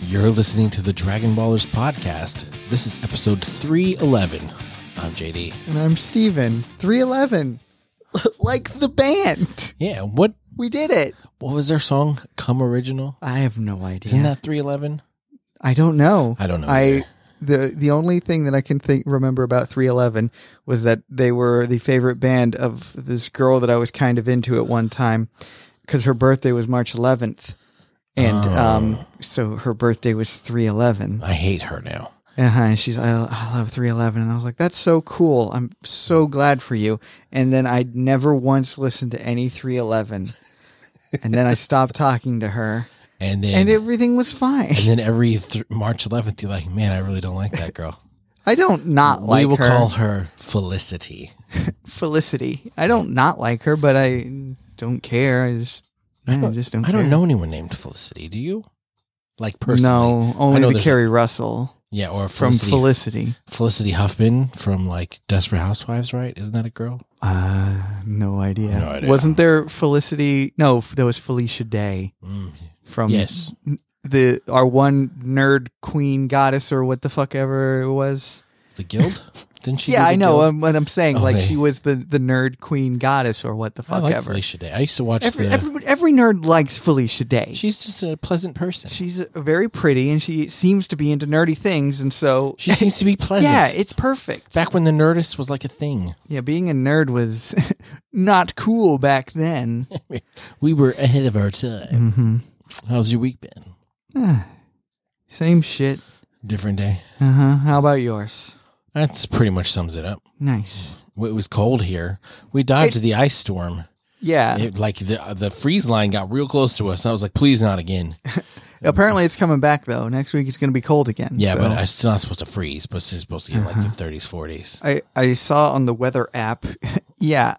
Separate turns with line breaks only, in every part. You're listening to the Dragon Ballers podcast. This is episode 311. I'm JD.
And I'm Steven. 311. like the band.
Yeah, what
We did it.
what was their song? Come Original?
I have no idea.
Isn't that 311?
I don't know.
I don't know either.
I the the only thing that I can think remember about 311 was that they were the favorite band of this girl that I was kind of into at one time cuz her birthday was March 11th. And
Oh.
um so her birthday was 311.
I hate her now.
Uh-huh. And she's, I, I love 311. And I was like, that's so cool. I'm so glad for you. And then I never once listened to any 311. and then I stopped talking to her
And then
and everything was fine.
and then every th- March 11th you're like, "Man, I really don't like that girl."
I don't not
we
like
will
her.
call her Felicity.
Felicity. I don't not like her, but I don't care. I just, I, just don't
I don't
care.
know anyone named Felicity, do you? Like personally.
No,
I know
only the
there's-
Carrie Russell
Yeah, or
from
Felicity,
Felicity.
Felicity Huffman from like Desperate Housewives, right? Isn't that a girl?
Uh, no idea.
No idea.
Wasn't there Felicity? No, there was Felicia Day
Mm.
from
Yes.
the our one nerd queen goddess or what the fuck ever it was.
The Guild? Didn't she? do
yeah,
The
I know
Guild?
um, what I'm saying.
Oh,
like
they-
she was the the nerd queen goddess or what the
I
fuck
like
ever.
Felicia Day. I used to watch
Every,
the.
every every nerd likes Felicia Day. She,
she's just a pleasant person. She,
she's very pretty and she seems to be into nerdy things, and so
seems to be pleasant.
yeah, it's perfect.
back when the Nerdist was like a thing,
yeah, being a nerd was not cool back then.
we were ahead of our time.
mm-hmm.
How's your week been?
Same shit.
Different day.
Uh huh. How about yours?
That's pretty much sums it up.
Nice.
It was cold here. We dodged the ice storm.
Yeah.
It, like the the freeze line got real close to us. I was like, please not again.
Apparently, it's coming back though. Next week, it's going to be cold again.
Yeah,
so- Uh-huh.
but it's still not supposed to freeze. But it's supposed to get like the 30s, 40s.
I, I saw on the weather app. yeah.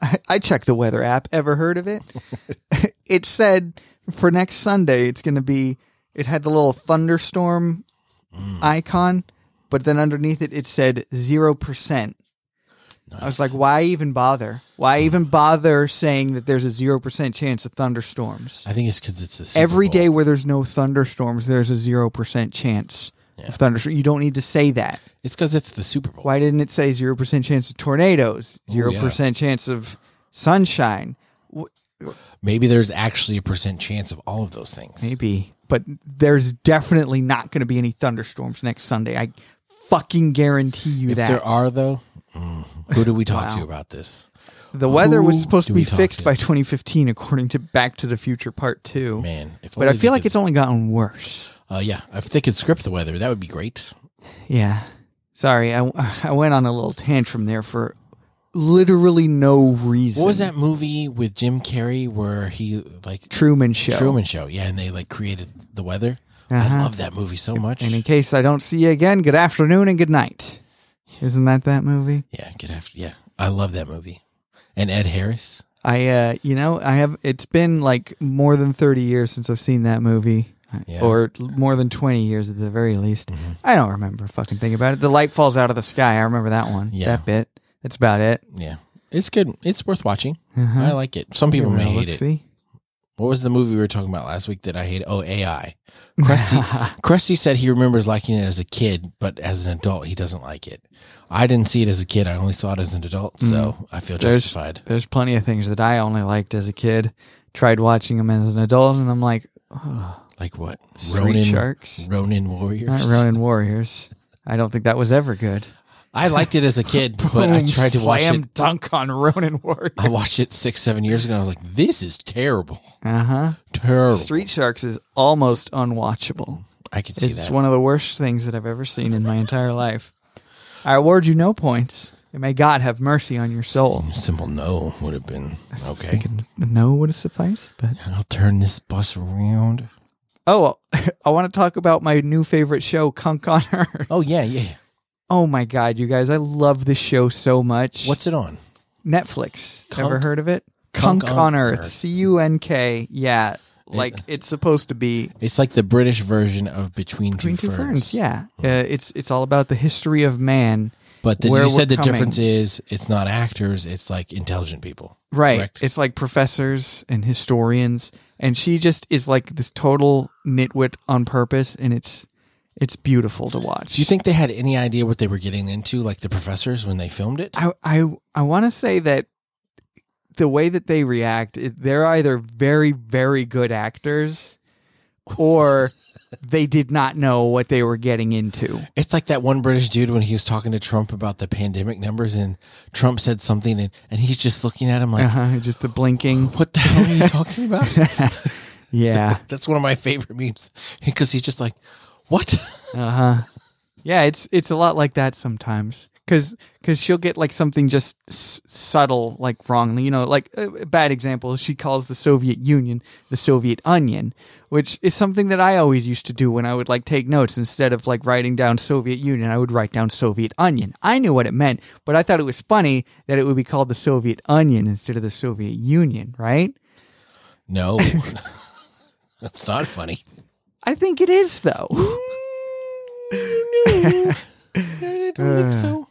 I, I check the weather app. Ever heard of it? it said for next Sunday, it's going to be, it had the little thunderstorm icon, but then underneath it, it said 0%. I was like, why even bother? Why even bother saying that there's a 0% chance of thunderstorms?
I think it's because it's the Super
Every
Bowl.
day where there's no thunderstorms, there's a 0% chance of thunderstorms. You don't need to say that.
It's because it's the Super Bowl.
Why didn't it say 0% chance of tornadoes,
Oh,
0% chance of sunshine? W-
Maybe there's actually a percent chance of all of those things.
Maybe, but there's definitely not going to be any thunderstorms next Sunday. I fucking guarantee you
If
that.
there are though, mm, who do we talk to about this?
the weather
who
was supposed
do
to
we
be
talk
fixed
to?
by 2015 according to Back to the Future Part 2.
Man, if
But I feel like it's only gotten worse.
uh, yeah. If they could script the weather, that would be great.
Yeah. Sorry, I, I went on a little tantrum there for literally no reason.
What was that movie with Jim Carrey where he like
Truman Show. Uh-huh.
Truman Show? Yeah, and they like created the weather. I love that movie so much.
And in case I don't see you again, good afternoon and good night. Isn't that that movie?
yeah, get after. Yeah, I love that movie. And Ed Harris.
I, uh, you know, I have. It's been like more than thirty years since I've seen that movie,
Yeah. Mm-hmm.
or l- more than twenty years at the very least. I don't remember a fucking thing about it. The light falls out of the sky. I remember that one.
Yeah.
That bit. That's about it.
Yeah, it's good. It's worth watching.
Uh-huh.
I like it. Some people may hate it.
See?
What was the movie we were talking about last week that I hated? Oh, AI. Krusty, Krusty said he remembers liking it as a kid, but as an adult, he doesn't like it. I didn't see it as a kid. I only saw it as an adult, so I feel
Mm. There's-
justified.
There's plenty of things that I only liked as a kid. Tried watching them as an adult, and I'm like,
Like what?
Street Sharks?
Ronin Warriors.
not Ronin Warriors. I don't think that was ever good.
I liked it as a kid, but I
Boom,
tried to watch
slam
it.
dunk on Ronin Warriors.
I watched it six, seven years ago. And I was like, this is terrible.
Uh huh.
Terrible.
Street Sharks is almost unwatchable.
I could see
It's
that.
one of the worst things that I've ever seen in my entire life. I award you no points, and may God have mercy on your soul.
Simple no would have been okay.
No would have sufficed, but
I'll turn this bus around.
oh, I want to talk about my new favorite show, Kunk on Earth.
Oh, yeah, yeah. yeah.
Oh my God, you guys, I love this show so much.
What's it on?
Netflix?
Kunk-
Ever heard of it?
Kunk
Kunk,
on
on Earth.
Earth.
C U N K. Yeah, like it's supposed to be
It's like the British version of Between,
Between
Two,
Two
Ferns.
Ferns, yeah. Uh, it's it's all about the history of man
But the,
Where
you
we're
said the
coming.
difference is it's not actors, it's like intelligent people.
Right.
Correct.
It's like professors and historians and she just is like this total nitwit on purpose and it's it's beautiful to watch.
Do you think they had any idea what they were getting into, like the professors when they filmed it?
I I I want to say that the way that they react, it- they're either very very good actors or they did not know what they were getting into.
It's like that one British dude when he was talking to Trump about the pandemic numbers, and Trump said something, and, and he's just looking at him like,
Uh-huh, just the blinking.
"What the hell are you talking about?"
Yeah.
That's one of my favorite memes because he's just like, "What?"
Uh-huh. Yeah, it's it's a lot like that sometimes. Cuz cuz she'll get like something just s- subtle like wrongly, you know, like a a bad example, she calls the Soviet Union the Soviet onion, which is something that I always used to do when I would like take notes instead of like writing down Soviet Union, I would write down Soviet onion. I knew what it meant, but I thought it was funny that it would be called the Soviet onion instead of the Soviet Union, right?
No, that's not funny.
I think it is though.
no, I don't think so.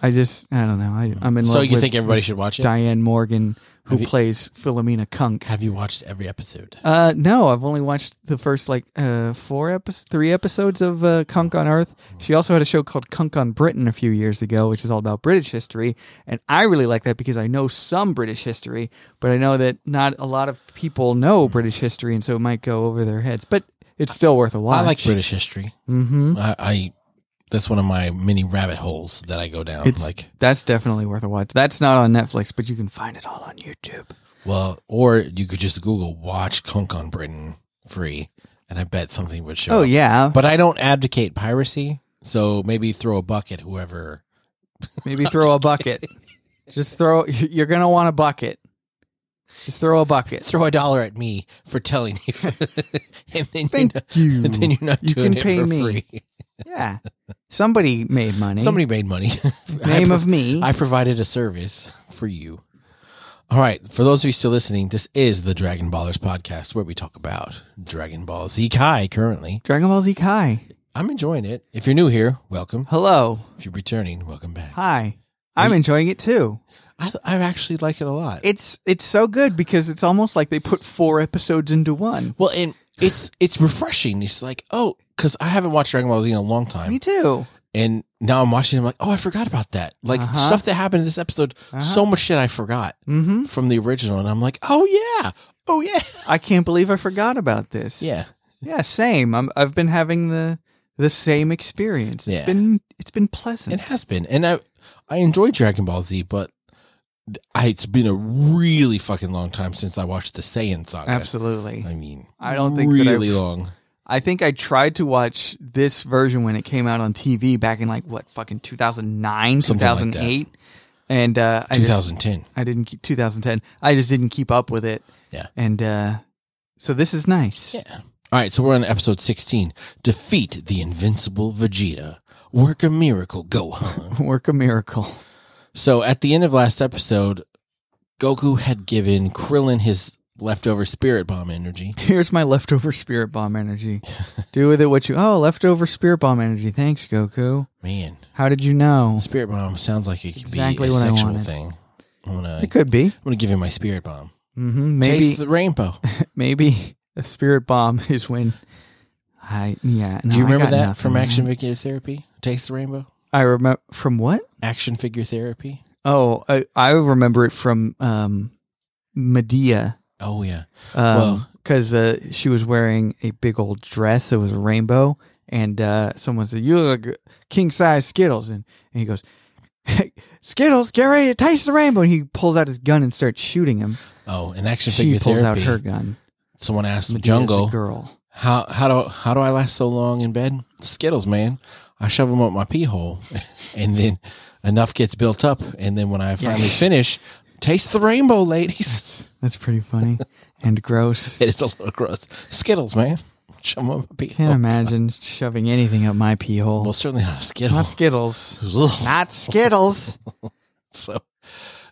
I just I don't know. I, I'm in
So
love.
you
with
think everybody
this
should watch it?
Diane Morgan, who
Have you-
plays Philomena Kunk.
Have you watched every episode?
Uh, no, I've only watched the first like uh four episodes, three episodes of uh, Kunk on Earth. She also had a show called Kunk on Britain a few years ago, which is all about British history, and I really like that because I know some British history, but I know that not a lot of people know British history, and so it might go over their heads. But it's still worth a watch.
I like British history.
Mm-hmm.
I, I that's one of my many rabbit holes that I go down.
It's
like,
that's definitely worth a watch. That's not on Netflix, but you can find it all on YouTube.
well, or you could just Google "watch Kunk on Britain" free, and I bet something would show.
Oh
up.
yeah,
But I don't advocate piracy, so maybe throw a buck at whoever.
Maybe throw a bucket. Just throw. You're gonna want a bucket. Just throw a bucket.
Throw a dollar at me for telling you, and then
Thank
you
you.
and then you're not
You
doing
can
it
pay
for
me.
free.
yeah. Somebody made money.
Somebody made money. I
Name
pro-
of me.
I provided a service for you. All right, for those of you still listening, this is the Dragon Ballers podcast where we talk about Dragon Ball Z Kai currently.
Dragon Ball Z Kai.
I'm enjoying it. If you're new here, welcome.
Hello.
If you're returning, welcome back.
Hi. I'm enjoying it too.
I, I actually like it a lot.
It's it's so good because it's almost like they put four episodes into one.
well, and it's it's refreshing. It's like, oh, because I haven't watched Dragon Ball Z in a long time.
Me too.
and now I'm watching. I'm like, oh, I forgot about that. Like
Uh-huh.
stuff that happened in this episode. So much shit I forgot
Mm-hmm.
from the original, and I'm like, oh yeah, oh yeah,
I can't believe I forgot about this.
yeah.
Yeah. Same. I'm, I've been having the the same experience. It's
Yeah.
been it's been pleasant.
It has been, and I I enjoy Dragon Ball Z, but th- I, it's been a really fucking long time since I watched the Saiyan saga.
Absolutely.
I mean,
I don't think that
really
I've-
long.
I think I tried to watch this version when it came out on TV back in like what fucking 2009,
Something like that.
2008. and uh, I just
2010.
I didn't keep 2010. I just didn't keep up with it.
Yeah.
And uh, so this is nice.
Yeah. All right, so we're on episode 16. Defeat the invincible Vegeta. Work a miracle, Gohan.
Work a miracle.
So at the end of last episode, Goku had given Krillin his leftover spirit bomb energy.
Here's my leftover spirit bomb energy. Do with it what you Oh, leftover spirit bomb energy. Thanks, Goku.
Man,
How did you know?
spirit bomb sounds like it could
Exactly
be a
what I
sexual
wanted.
thing. I'm gonna,
It could be.
I'm gonna give him my spirit bomb.
hmm Maybe
Taste the rainbow.
maybe a spirit bomb is when I yeah. no,
Do you
I
remember
got
that
nothing,
from
man.
action figure therapy? Taste the rainbow.
I remember from what?
Action figure therapy.
Oh, I, I remember it from um, Medea.
Oh yeah, Well-
because uh, she was wearing a big old dress that was a rainbow, and uh, someone said, "You look like king size Skittles," and, and he goes. Skittles, get ready to taste the rainbow. And he pulls out his gun and starts shooting him.
oh, an action
She
figure
pulls
therapy.
out her gun.
Someone asked
Medea's a
Jungle,
girl.
"How how do how do I last so long in bed? Skittles, man. I shove them up my pee hole, and then enough gets built up, and then when I finally
Yes.
finish, taste the rainbow, ladies.
That's pretty funny and gross.
it is a little gross. Skittles, man. Shove 'em up my pee
Can't
hole.
imagine shoving anything up my pee hole.
Well, certainly not a Skittle.
Not Skittles.
Ugh.
Not Skittles.
so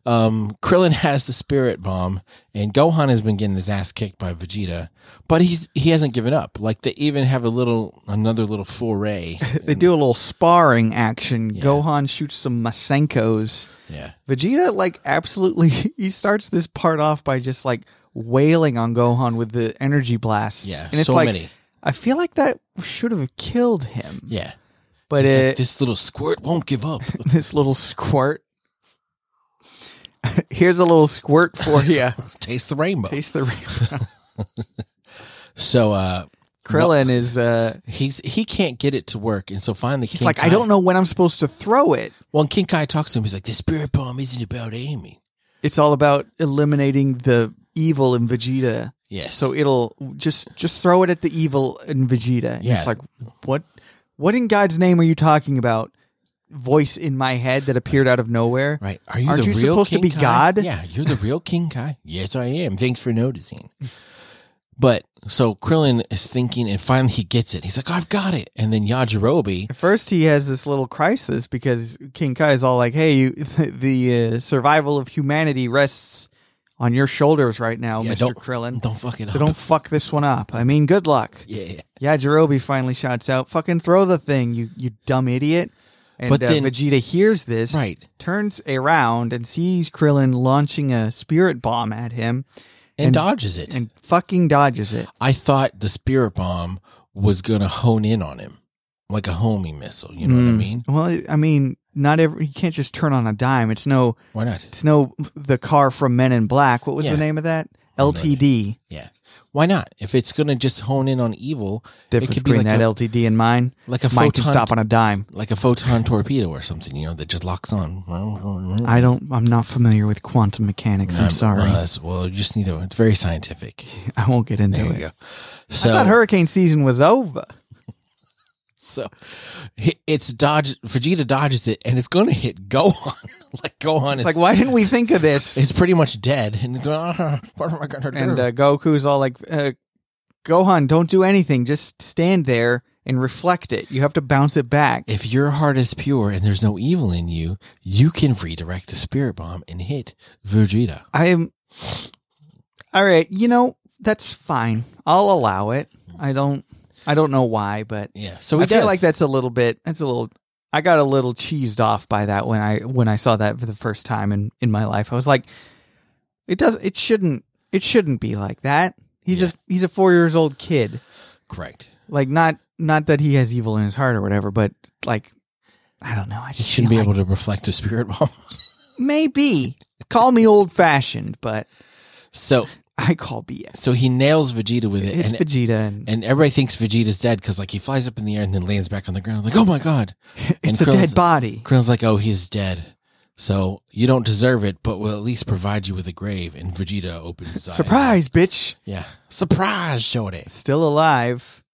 Um, Krillin has the spirit bomb, and Gohan has been getting his ass kicked by Vegeta, but he's he hasn't given up. Like they even have a little another little foray.
They do a little sparring action.
Yeah.
Gohan shoots some Masenkos.
yeah.
Vegeta, like, absolutely, he starts this part off by just like wailing on Gohan with the energy blasts.
Yeah,
and it's
so
like,
many.
I feel like that should have killed him.
Yeah.
but
He's
it,
like, this little squirt won't give up.
this little squirt. Here's a little squirt for you.
Taste the rainbow.
Taste the rainbow.
So uh
Krillin is uh
he's he can't get it to work, and so finally
he's like I don't know when I'm supposed to throw it.
Well, and King Kai talks to him. He's like, "The spirit bomb isn't about Amy."
It's all about eliminating the evil in Vegeta.
Yes.
So it'll just just throw it at the evil in Vegeta. And
Yeah.
It's like what what in God's name are you talking about? Voice in my head that appeared out of nowhere.
right? Are you
Aren't
the
you
real
supposed to
King
be
Kai?
God?
Yeah, you're the real King Kai. Yes, I am. Thanks for noticing. But so Krillin is thinking, and finally he gets it. He's like, "I've got it." And then Yajirobe,
At first, he has this little crisis because King Kai is all like, "Hey, you, the uh, survival of humanity rests on your shoulders right now,
Yeah,
Mister
don't-
Krillin.
don't fuck it
so
up.
don't fuck this one up. I mean, good luck."
yeah.
Yeah, Jirobe finally shouts out, "Fucking throw the thing, you you dumb idiot!" And
But
uh,
then-
Vegeta hears this,
Right.
Turns around and sees Krillin launching a spirit bomb at him,
And,
And-
dodges it.
and fucking dodges it.
I thought the spirit bomb was gonna hone in on him like a homing missile. You know what I
Mm.
mean?
Well, I- I mean, not every you can't just turn on a dime. It's no.
Why not?
It's no the car from Men in Black. What was
Yeah.
the name of that? LTD.
Yeah. Why not? If it's gonna just hone in on evil, it
Difference
could be
between
like
that
a,
LTD and mine.
like a
Mine can
photon
stop on a dime.
like a photon torpedo or something, you know, that just locks on. I'm,
I don't. I'm not familiar with quantum mechanics. I'm sorry.
Well, that's- well, you just need to. It's very scientific.
I won't get into
There
it.
you go.
I
So,
thought hurricane season was over.
so hi- it's dodge. Vegeta dodges it, and it's going to hit Gohan. like Gohan
It's
is
like, why didn't we think of this?
is pretty much dead, and it's, "Ah, what am I going to do?
And uh, Goku's all like, uh, Gohan, don't do anything. Just stand there and reflect it. You have to bounce it back.
if your heart is pure and there's no evil in you, you can redirect the spirit bomb and hit Vegeta.
I am. All right, you know that's fine. I'll allow it. I don't. I don't know why, but
Yeah. So
I
he
feel
does.
like that's a little bit. That's a little. I got a little cheesed off by that when I when I saw that for the first time in in my life. I was like, it does. It shouldn't. It shouldn't be like that. He's
Yeah.
just he's a four years old kid.
correct.
Like not not that he has evil in his heart or whatever, but like I don't know. I
He
just
shouldn't be
feel like
able to reflect a spirit bomb.
maybe call me old fashioned, but
so,
I call BS.
so he nails Vegeta with it,
It's
and
Vegeta, and,
And everybody thinks Vegeta's dead because like he flies up in the air and then lands back on the ground. Like, oh my god!
it's
and
a
Krillin's-
dead body.
Krillin's like, oh, he's dead. So you don't deserve it, but we'll at least provide you with a grave. And Vegeta opens his eyes.
Surprise, bitch!
Yeah, surprise, Shorty.
Still alive,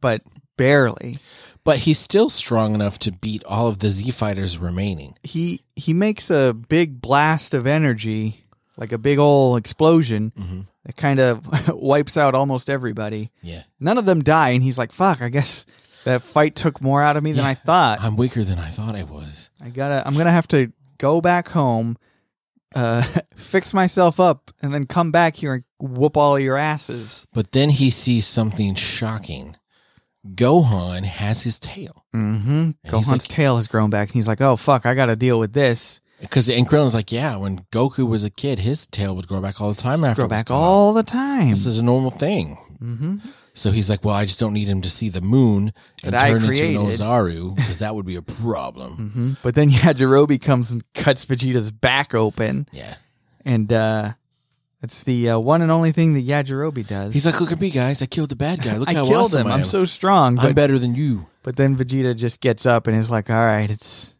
but barely.
But he's still strong enough to beat all of the Z fighters remaining.
he he makes a big blast of energy, like a big ol' explosion
Mhm.
that kind of wipes out almost everybody.
Yeah,
None of them die, and he's like, "Fuck, I guess that fight took more out of me than I thought.
I'm weaker than I thought I was.
I gotta, I'm gonna have to go back home, uh, fix myself up, and then come back here and whoop all your asses."
But then he sees something shocking. Gohan has his tail
Mm-hmm.
And he's
Gohan's
like-
tail has grown back, and he's like, "Oh fuck, I gotta deal with this."
because and Krillin's like, yeah, when Goku was a kid, his tail would grow back all the time after
Grow
it was
back
gone.
all the time.
This is a normal thing.
hmm
So he's like, "Well, I just don't need him to see the moon and
That I
turn into an
created."
Ozaru because that would be a problem."
hmm But then yeah, Jirobe comes and cuts Vegeta's back open,
yeah,
and uh it's the uh, one and only thing that Yajirobe does.
he's like, "Look at me, guys! I killed the bad guy. Look
I
how
killed
awesome
him.
I
I'm
am.
so strong.
I'm
But,
better than you."
but then Vegeta just gets up and is like, "All right, it's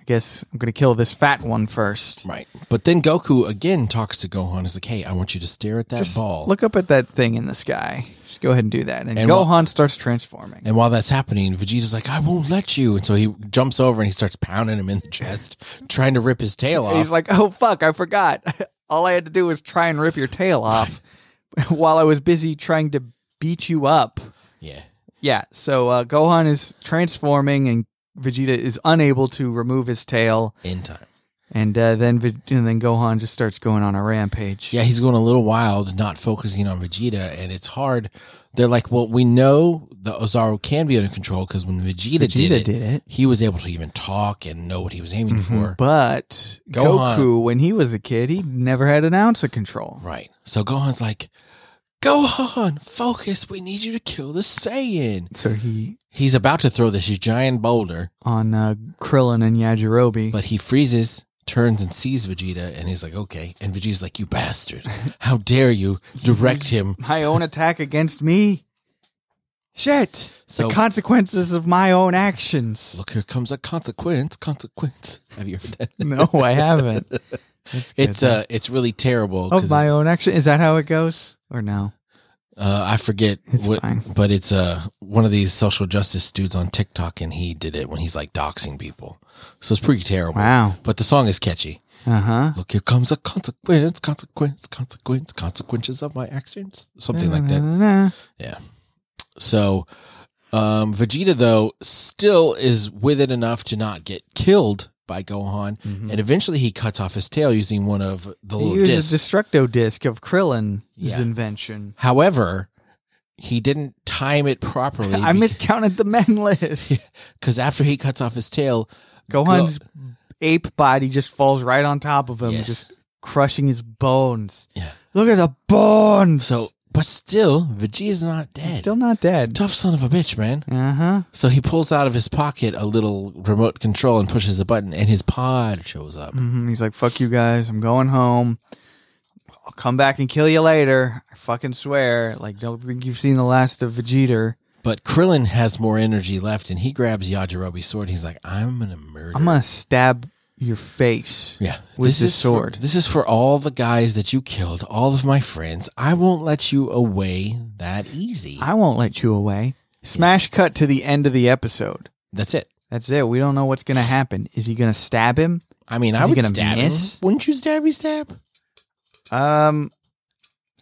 I guess I'm gonna kill this fat one first.
Right. But then Goku again talks to Gohan. He's like, "Hey, I want you to stare at that
Just
ball."
look up at that thing in the sky. Just go ahead and do that." And,
And
Gohan starts transforming.
and while that's happening, Vegeta's like, "I won't let you," and so he jumps over and he starts pounding him in the chest, trying to rip his tail
And he's
off.
like, "Oh fuck, I forgot. All I had to do was try and rip your tail off, while I was busy trying to beat you up."
yeah.
Yeah, so uh, Gohan is transforming, and Vegeta is unable to remove his tail.
In time.
and uh, then Ve- and then Gohan just starts going on a rampage.
Yeah, he's going a little wild, not focusing on Vegeta, and it's hard. They're like, well, we know the Ozaru can be under control because when Vegeta,
Vegeta
did, it,
did it. Mm-hmm.
he was able to even talk and know what he was aiming for.
But
Gohan.
Goku, when he was a kid, he never had an ounce of control.
Right. So Gohan's like, Gohan, focus. We need you to kill the Saiyan.
So he
He's about to throw this giant boulder,
on uh, Krillin and Yajirobe.
but he freezes, turns, and sees Vegeta, and he's like, okay. And Vegeta's like, you bastard. How dare you direct him?
my own attack against me. Shit.
So-
the consequences of my own actions.
Look, here comes a consequence. Consequence. Have you heard that?
No, I haven't. That's good,
It's
though.
uh, it's really terrible. 'cause
of Oh, my own action. Is that how it goes? Or no?
Uh, I forget
It's
what,
fine.
but it's uh one of these social justice dudes on TikTok, and he did it when he's like doxing people. So it's pretty terrible.
Wow.
But the song is catchy.
Uh huh.
Look, here comes a consequence, consequence, consequence, consequences of my actions, something like that.
that. Mm-hmm.
So, um, Vegeta though still is with it enough to not get killed by Gohan, and eventually he cuts off his tail using one of the
Hmm. He
Mm-hmm. little
used
discs.
a destructo disc of Krillin's
Yeah.
invention.
However, he didn't time it properly.
I miscounted the men list.
because after he cuts off his tail,
Gohan's ape body just falls right on top of him,
Yes.
just crushing his bones.
Yeah.
Look at the bones.
So, but still, Vegeta's not dead.
He's still not dead.
tough son of a bitch, man.
Uh huh.
So he pulls out of his pocket a little remote control and pushes a button, and his pod shows up.
hmm He's like, "Fuck you guys. I'm going home. I'll come back and kill you later. I fucking swear. Like, don't think you've seen the last of Vegeta.
But Krillin has more energy left, and he grabs Yajirobe's sword. He's like, "I'm gonna murder."
I'm gonna stab your face."
yeah,
with
this
his
is
sword.
For, this is for all the guys that you killed, all of my friends. I won't let you away that easy.
I won't let you away. Smash cut to the end of the episode.
That's it.
That's it. We don't know what's gonna happen. Is he gonna stab him?
I mean,
Is
I
he
would
gonna
stab
miss?
him. Wouldn't you stabby stab?
Um,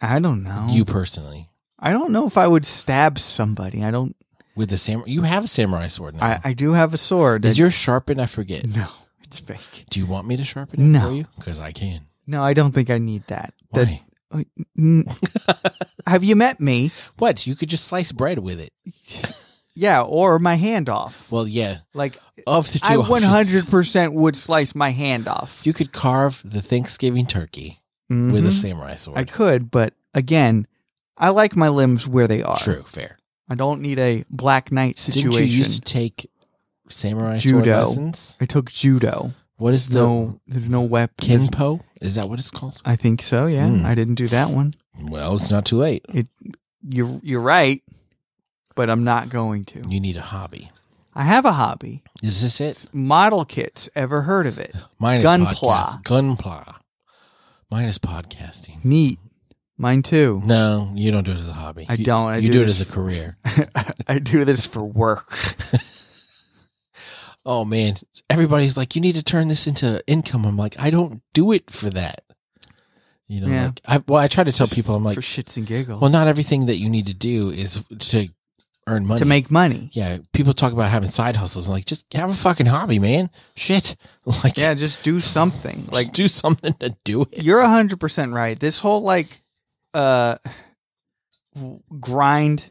I don't know.
You personally
I don't know if I would stab somebody. I don't.
with the samurai. You have a samurai sword now.
I, I do have a sword.
is your sharpened? I forget.
no? It's
Mm.
fake.
Do you want me to sharpen it
No.
for you? Because I can.
No, I don't think I need that.
Why?
That- Mm. have you met me?
what? You could just slice bread with it.
Yeah, or my hand off.
Well, yeah.
Like
Of the two,
I
options,
one hundred percent would slice my hand off.
You could carve the Thanksgiving turkey
Mhm.
with a samurai sword.
I could, but again, I like my limbs where they are.
True, fair.
I don't need a black knight situation.
Didn't you used to take samurai sword
Judo.
lessons?
I took judo.
What is the
No, there's no weapon.
kenpo? Is that what it's called?
I think so. Yeah,
Hmm.
I didn't do that one.
Well, it's not too late.
You're you're right, but I'm not going to.
You need a hobby.
I have a hobby.
Is this it?
Model kits. Ever heard of it?
Mine is
Gunpla.
podcast. Gunpla. Mine is podcasting.
Neat. Mine too.
No, you don't do it as a hobby.
I
You-
don't. I
you
do
do it
this-
as a career.
I do this for work.
oh man, everybody's like, you need to turn this into income. I'm like, I don't do it for that. You know,
Yeah.
like I well, I try to tell people, I'm like,
for shits and giggles.
well, not everything that you need to do is to earn money.
to make money.
yeah, people talk about having side hustles. I'm like, just have a fucking hobby, man. Shit, like,
Yeah, just do something.
like
Like
do something to do it.
you're hundred percent right. This whole like uh w- grind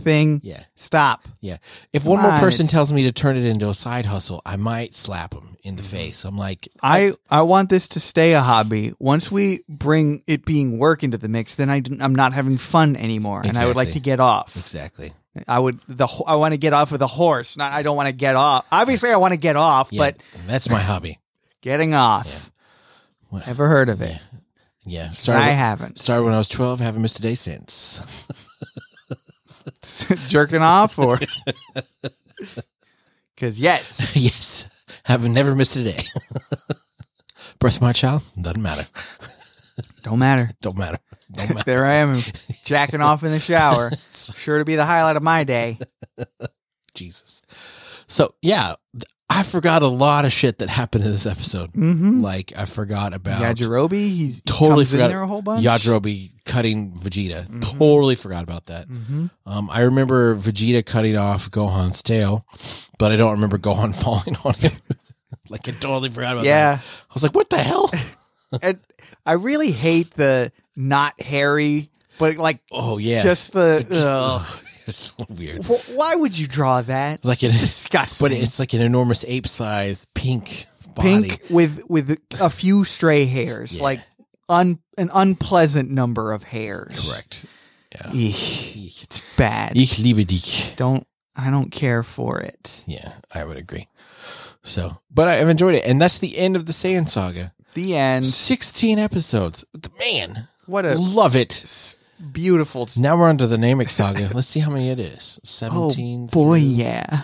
thing.
Yeah,
Stop.
if one
Come
more
on,
person
it's-
tells me to turn it into a side hustle, I might slap them in
Mm-hmm.
the face. I'm like,
I, I want this to stay a hobby. Once we bring it being work into the mix, then I am not having fun anymore, and I would like to
Exactly.
get off.
exactly.
I would the ho- I want to get off with a horse. Not I don't want to get off. Obviously, I want to get off,
Yeah,
but
that's my hobby.
getting off.
Well,
Ever heard of it?
Yeah,
I
started
haven't.
started when I was 12. Haven't missed a day since.
Jerking off or because yes,
yes. Have never missed a day. Birth my child? Doesn't matter.
don't matter.
Don't matter. Don't matter.
There I am jacking off in the shower. Sure to be the highlight of my day.
Jesus. So yeah, th- I forgot a lot of shit that happened in this episode.
Mm-hmm.
Like I forgot about
Yajirobe, he's he
Totally
comes in
forgot-
there a whole bunch.
Yajirobe cutting Vegeta.
Mhm.
Totally forgot about that.
hmm
Um, I remember Vegeta cutting off Gohan's tail, but I don't remember Gohan falling on him. Like I totally forgot about that.
yeah.
I was like, what the hell?
and I really hate the not hairy, but like
Oh yeah.
just the.
It just-
ugh.
it's so weird. It's
Wh- why would you draw that?
like it
It's
is
disgusting.
but it's like an enormous ape sized pink body.
pink with with a few stray hairs,
Yeah.
like un an unpleasant number of hairs.
Correct. Yeah.
Eek.
Ich
It's bad.
liebe dich.
Don't I don't care for it.
Yeah, I would agree. So, but I- I've enjoyed it, and that's the end of the Saiyan saga.
The end.
Sixteen episodes, man,
What a
love it.
s- beautiful.
Now we're on to the Namek saga. Let's see how many it is. Seventeen.
Oh, Boy,
through-
yeah.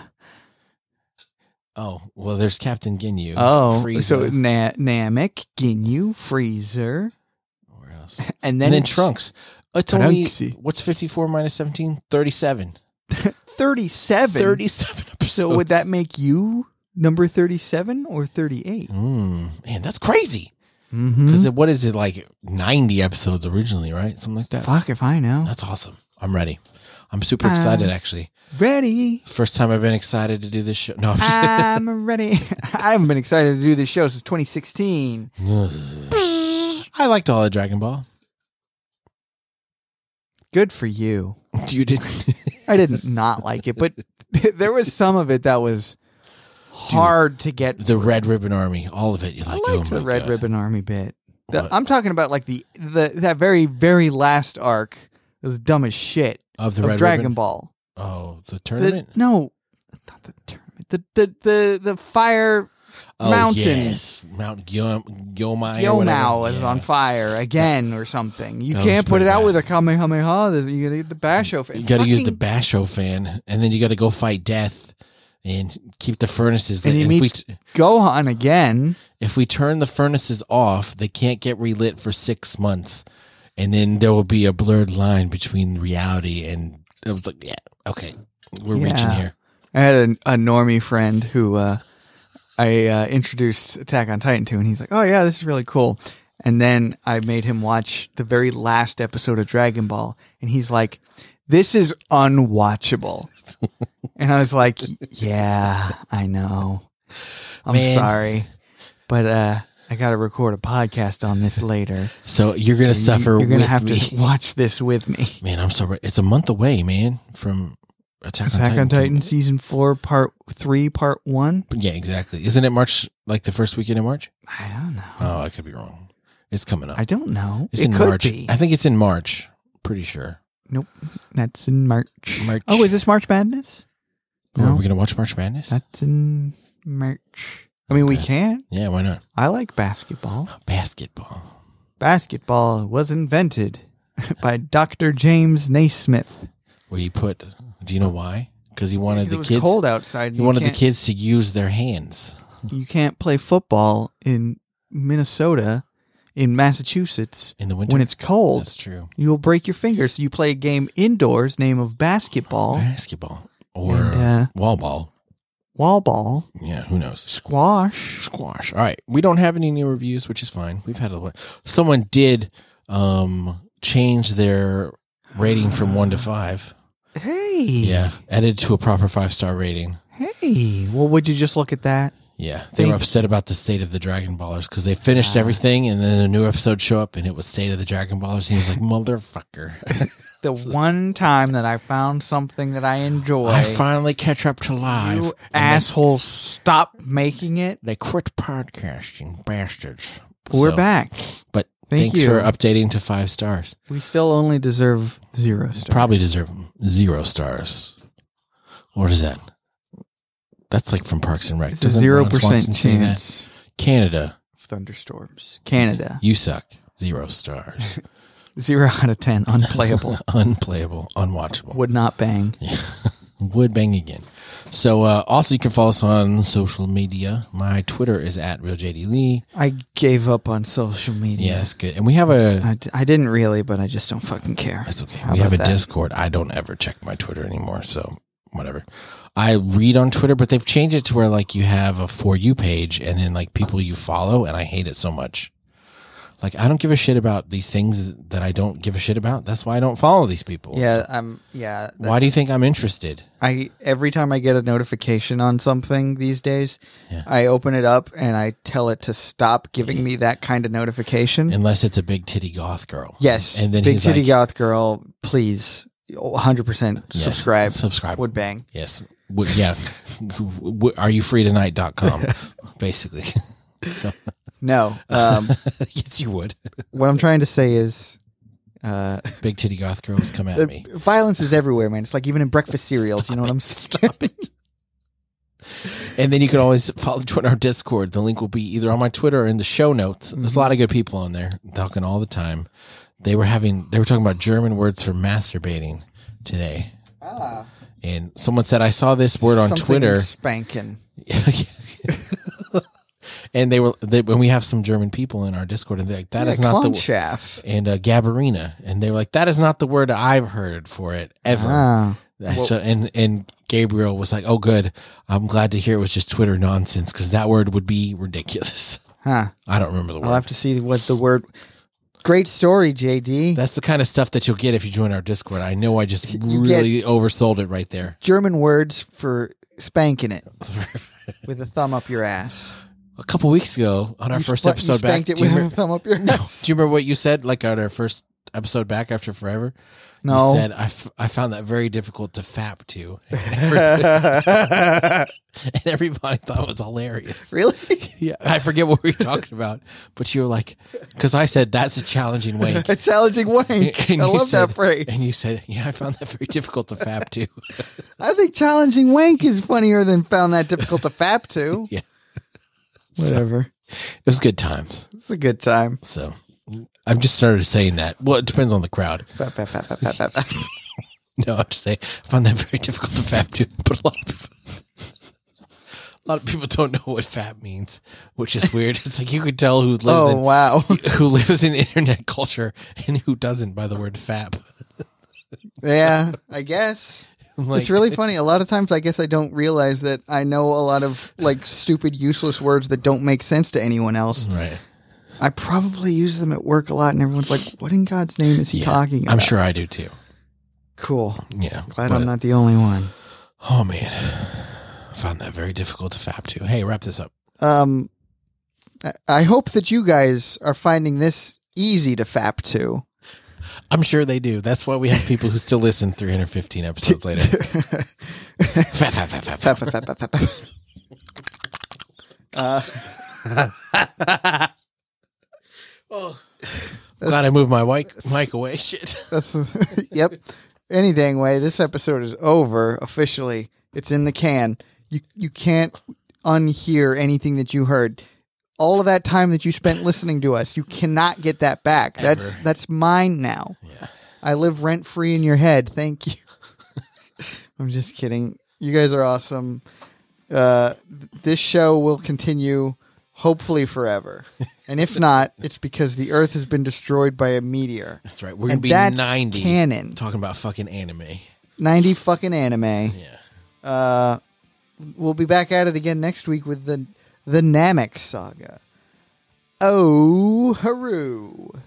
Oh well, there's Captain Ginyu.
Oh,
Frieza.
so Na- Namek, Ginyu, Freezer,
Where else?
and
And
then,
then,
it's
Trunks. It's
Trunksy.
only what's fifty four minus 17? 37.
37.
37 episodes.
So would that make you number 37 or 38?
Mm, man, that's crazy.
Mm-hmm.
Because what is it like ninety episodes originally, right? Something like that.
Fuck Uh. if I know.
That's awesome. I'm ready. I'm super excited, actually.
Ready.
First time I've been excited to do this show. No, I'm
I'm ready. I haven't been excited to do this show since 2016.
just- I liked all the Dragon Ball.
Good for you.
You didn't.
I didn't not like it, but there was some of it that was hard to get.
the Red Ribbon Army, all of it. You're
I
like,
liked
oh my
the Red
God.
Ribbon Army bit. The-
What?
I'm talking about like the, the that very very last arc It was dumb as shit
of the
of
Red
Dragon
Ribbon.
Ball.
Oh, the
The-
tournament.
no, not the tournament. The the the the fire
oh,
mountain.
yes. Mount Gil- Gilmai. or whatever.
Yomao is
Yeah.
on fire again or something. You
That
can't
was
put it
pretty
out
bad.
with a Kamehameha. There's- You gotta get the Basho.
You got to use the Basho fan, and then you got to go fight Death and keep the furnaces.
And he
if,
meets-
we, t-
Gohan again.
if we turn the furnaces off, they can't get relit for six months, and then there will be a blurred line between reality and. I was like, yeah, okay, we're reaching
Yeah.
here.
I had a, a normie friend who uh, I uh, introduced Attack on Titan to, and he's like, "Oh yeah, this is really cool." And then I made him watch the very last episode of Dragon Ball, and he's like, "This is unwatchable." and I was like, "Yeah, I know. I'm
Man.
sorry, but uh, I got to record a podcast on this later.
So you're gonna
So you-
suffer.
You're gonna
with
have
me.
to watch this with me."
Man, I'm so re- it's a month away, man, from Attack,
Attack on Titan season four, part three, part one.
Yeah, exactly. Isn't it March like the first weekend in March?
I don't know.
Oh, I could be wrong. It's coming up.
I don't know.
it's
it
in
could
March.
be.
I think it's in March. Pretty sure.
That's in March.
March.
Oh, is this March Madness?
Or Are
No.
we gonna watch March Madness?
That's in March. I mean, we
Okay.
can.
yeah, why not?
I like basketball.
Basketball.
Basketball was invented by Dr. James Naismith.
Where you put? Do you know why? Because he wanted
Because it
the
was
kids.
cold outside.
He
You
wanted the
can't-
kids to use their hands.
You can't play football in Minnesota, in Massachusetts,
In the winter,
when it's cold.
that's true.
You'll break your fingers. You play a game indoors, name of basketball,
Basketball or
uh, And, uh,
wall ball.
wall ball,
Yeah, who knows?
squash.
squash. All right, we don't have any new reviews, which is fine. We've had a lot. Someone did um change their rating from one to
Ah,
five.
Hey.
Yeah, added to a proper five star rating.
Hey. Well, would you just look at that?
Yeah, they were
Thank-
upset about the state of the Dragon Ballers because they finished
Ah.
everything and then a new episode show up and it was state of the Dragon Ballers. And he was like, "Motherfucker,
The one time that I found something that I enjoy,
I finally catch up to live."
you
And
assholes stop making it.
They, they quit podcasting, bastards.
We're
So,
back.
But
Thank
thanks
you.
for updating to five stars.
we still only deserve zero stars.
probably deserve zero stars. What is that? That's like from Parks and Rec.
it's a
Doesn't
zero
Ron Swanson
percent
say that?
chance
Canada,
of thunderstorms. Canada,
you suck. Zero stars.
zero out of ten, unplayable.
Unplayable. Unwatchable.
Would not bang.
Would bang again. So, uh, also, you can follow us on social media. My Twitter is at RealJDLee.
I gave up on social media.
Yes, good. And we have a.
I, d- I didn't really, but I just don't fucking care.
That's okay.
How
we have a
about that?
Discord. I don't ever check my Twitter anymore. So, whatever. I read on Twitter, but they've changed it to where like you have a for you page and then like people you follow, and I hate it so much. Like I don't give a shit about these things that I don't give a shit about. That's why I don't follow these people.
Yeah, I'm. Yeah.
So why do you think I'm interested?
I every time I get a notification on something these days,
Yeah.
I open it up and I tell it to stop giving me that kind of notification.
Unless it's a big titty goth girl.
yes,
And then
big
he's
titty
like,
goth girl, please, 100 percent
yes,
subscribe.
Subscribe.
Would bang.
yes. Would, yeah. Would- Are you free tonight.com basically. So,
No, um,
yes, you would.
what I'm trying to say is, uh,
Big titty goth girl would come
uh,
at me.
violence is everywhere, man. It's like even in breakfast cereals. you know what I'm saying?
And then you can always follow join our Discord. The link will be either on my Twitter or in the show notes. There's
Mm-hmm.
a lot of good people on there talking all the time. They were having they were talking about German words for masturbating today.
Ah,
And someone said I saw this word on
something
Twitter.
Spanking.
and they were they, when we have some German people in our Discord and they're like that
yeah,
is not the word
shaft.
and uh, Gabarina and they were like that is not the word I've heard for it ever.
Ah,
Uh, so, and and Gabriel was like, "Oh, good. I'm glad to hear it was just Twitter nonsense because that word would be ridiculous."
huh.
I don't remember the
I'll
word.
have to see what the word. Great story, JD.
That's the kind of stuff that you'll get if you join our Discord. I know I just
You get-
really oversold it right there.
German words for spanking it with a thumb up your ass.
A couple weeks ago on our
You
first
spla- you
episode back,
spanked
do
it
you,
with a
remember,
thumb up your ass.
do you remember what you said? Like on our first episode back after forever,
No.
you said I, f- I found that very difficult to fap to, and everybody thought it was hilarious.
really?
Yeah, I forget what we were talking about, but you were like, because I said that's a challenging wank.
A challenging wank. I
you
love
said-
that phrase.
And you said, yeah, I found that very difficult to fab too.
I think challenging wank is funnier than found that difficult to fap to.
Yeah.
Whatever.
It was good times.
It's a good time.
So I've just started saying that. Well, it depends on the crowd.
Fap, fap, fap, fap, fap, fap.
No, I'm just saying, I found that very difficult to fab too. But a lot of people. A lot of people don't know what fab means, which is weird. It's like you could tell who lives
Oh,
in
wow.
who lives in internet culture and who doesn't by the word fab.
Yeah, I guess.
Like,
it's really funny. A lot of times, I guess I don't realize that I know a lot of like stupid, useless words that don't make sense to anyone else.
right.
I probably use them at work a lot, and everyone's like, "What in God's name is he
Yeah,
talking about?"
I'm sure I do too.
Cool.
Yeah.
Glad
but-
I'm not the only one.
Oh man, found that very difficult to fab to. Hey, wrap this up.
Um, I- I hope that you guys are finding this easy to fap to.
I'm sure they do. That's why we have people who still listen 315 episodes later. Fap, fap, fap, fap, fap.
Fap, fap, fap, fap, fap. Uh,
Oh, glad I moved my mic, mic away. Shit.
That's yep. Any dang way, this episode is over officially. It's in the can. You you can't unhear anything that you heard. All of that time that you spent listening to us, you cannot get that back. That's
Ever.
that's mine now.
Yeah.
I live rent free in your head. Thank you. I'm just kidding. You guys are awesome. Uh, th- this show will continue hopefully forever. And if not, it's because the earth has been destroyed by a meteor.
That's right. We're going
And
to be
that's
90
canon.
talking about fucking anime.
90 fucking anime.
Yeah.
Uh, we'll be back at it again next week with the the Namek saga. Oh, haroo.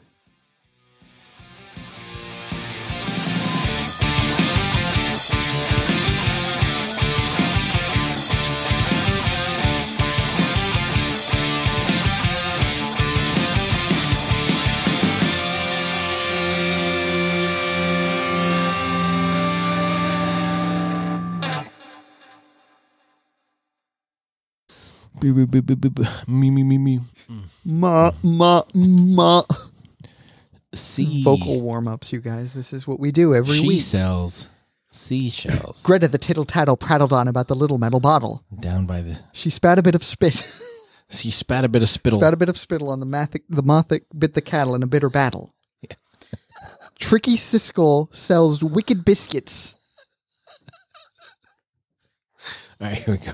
Boo, boo, boo, boo, boo, boo. Me, me, me, me.
Ma, ma, ma.
Sea.
Vocal warm ups, you guys. This is what we do every
she
week.
sells seashells
Greta the tittle tattle prattled on about the little metal bottle.
down by the.
She spat a bit of spit.
She spat a bit of spittle.
spat a bit of spittle on the mathic, the moth that bit the cattle in a bitter battle. Tricky Siskel sells wicked biscuits.
all right, here we go.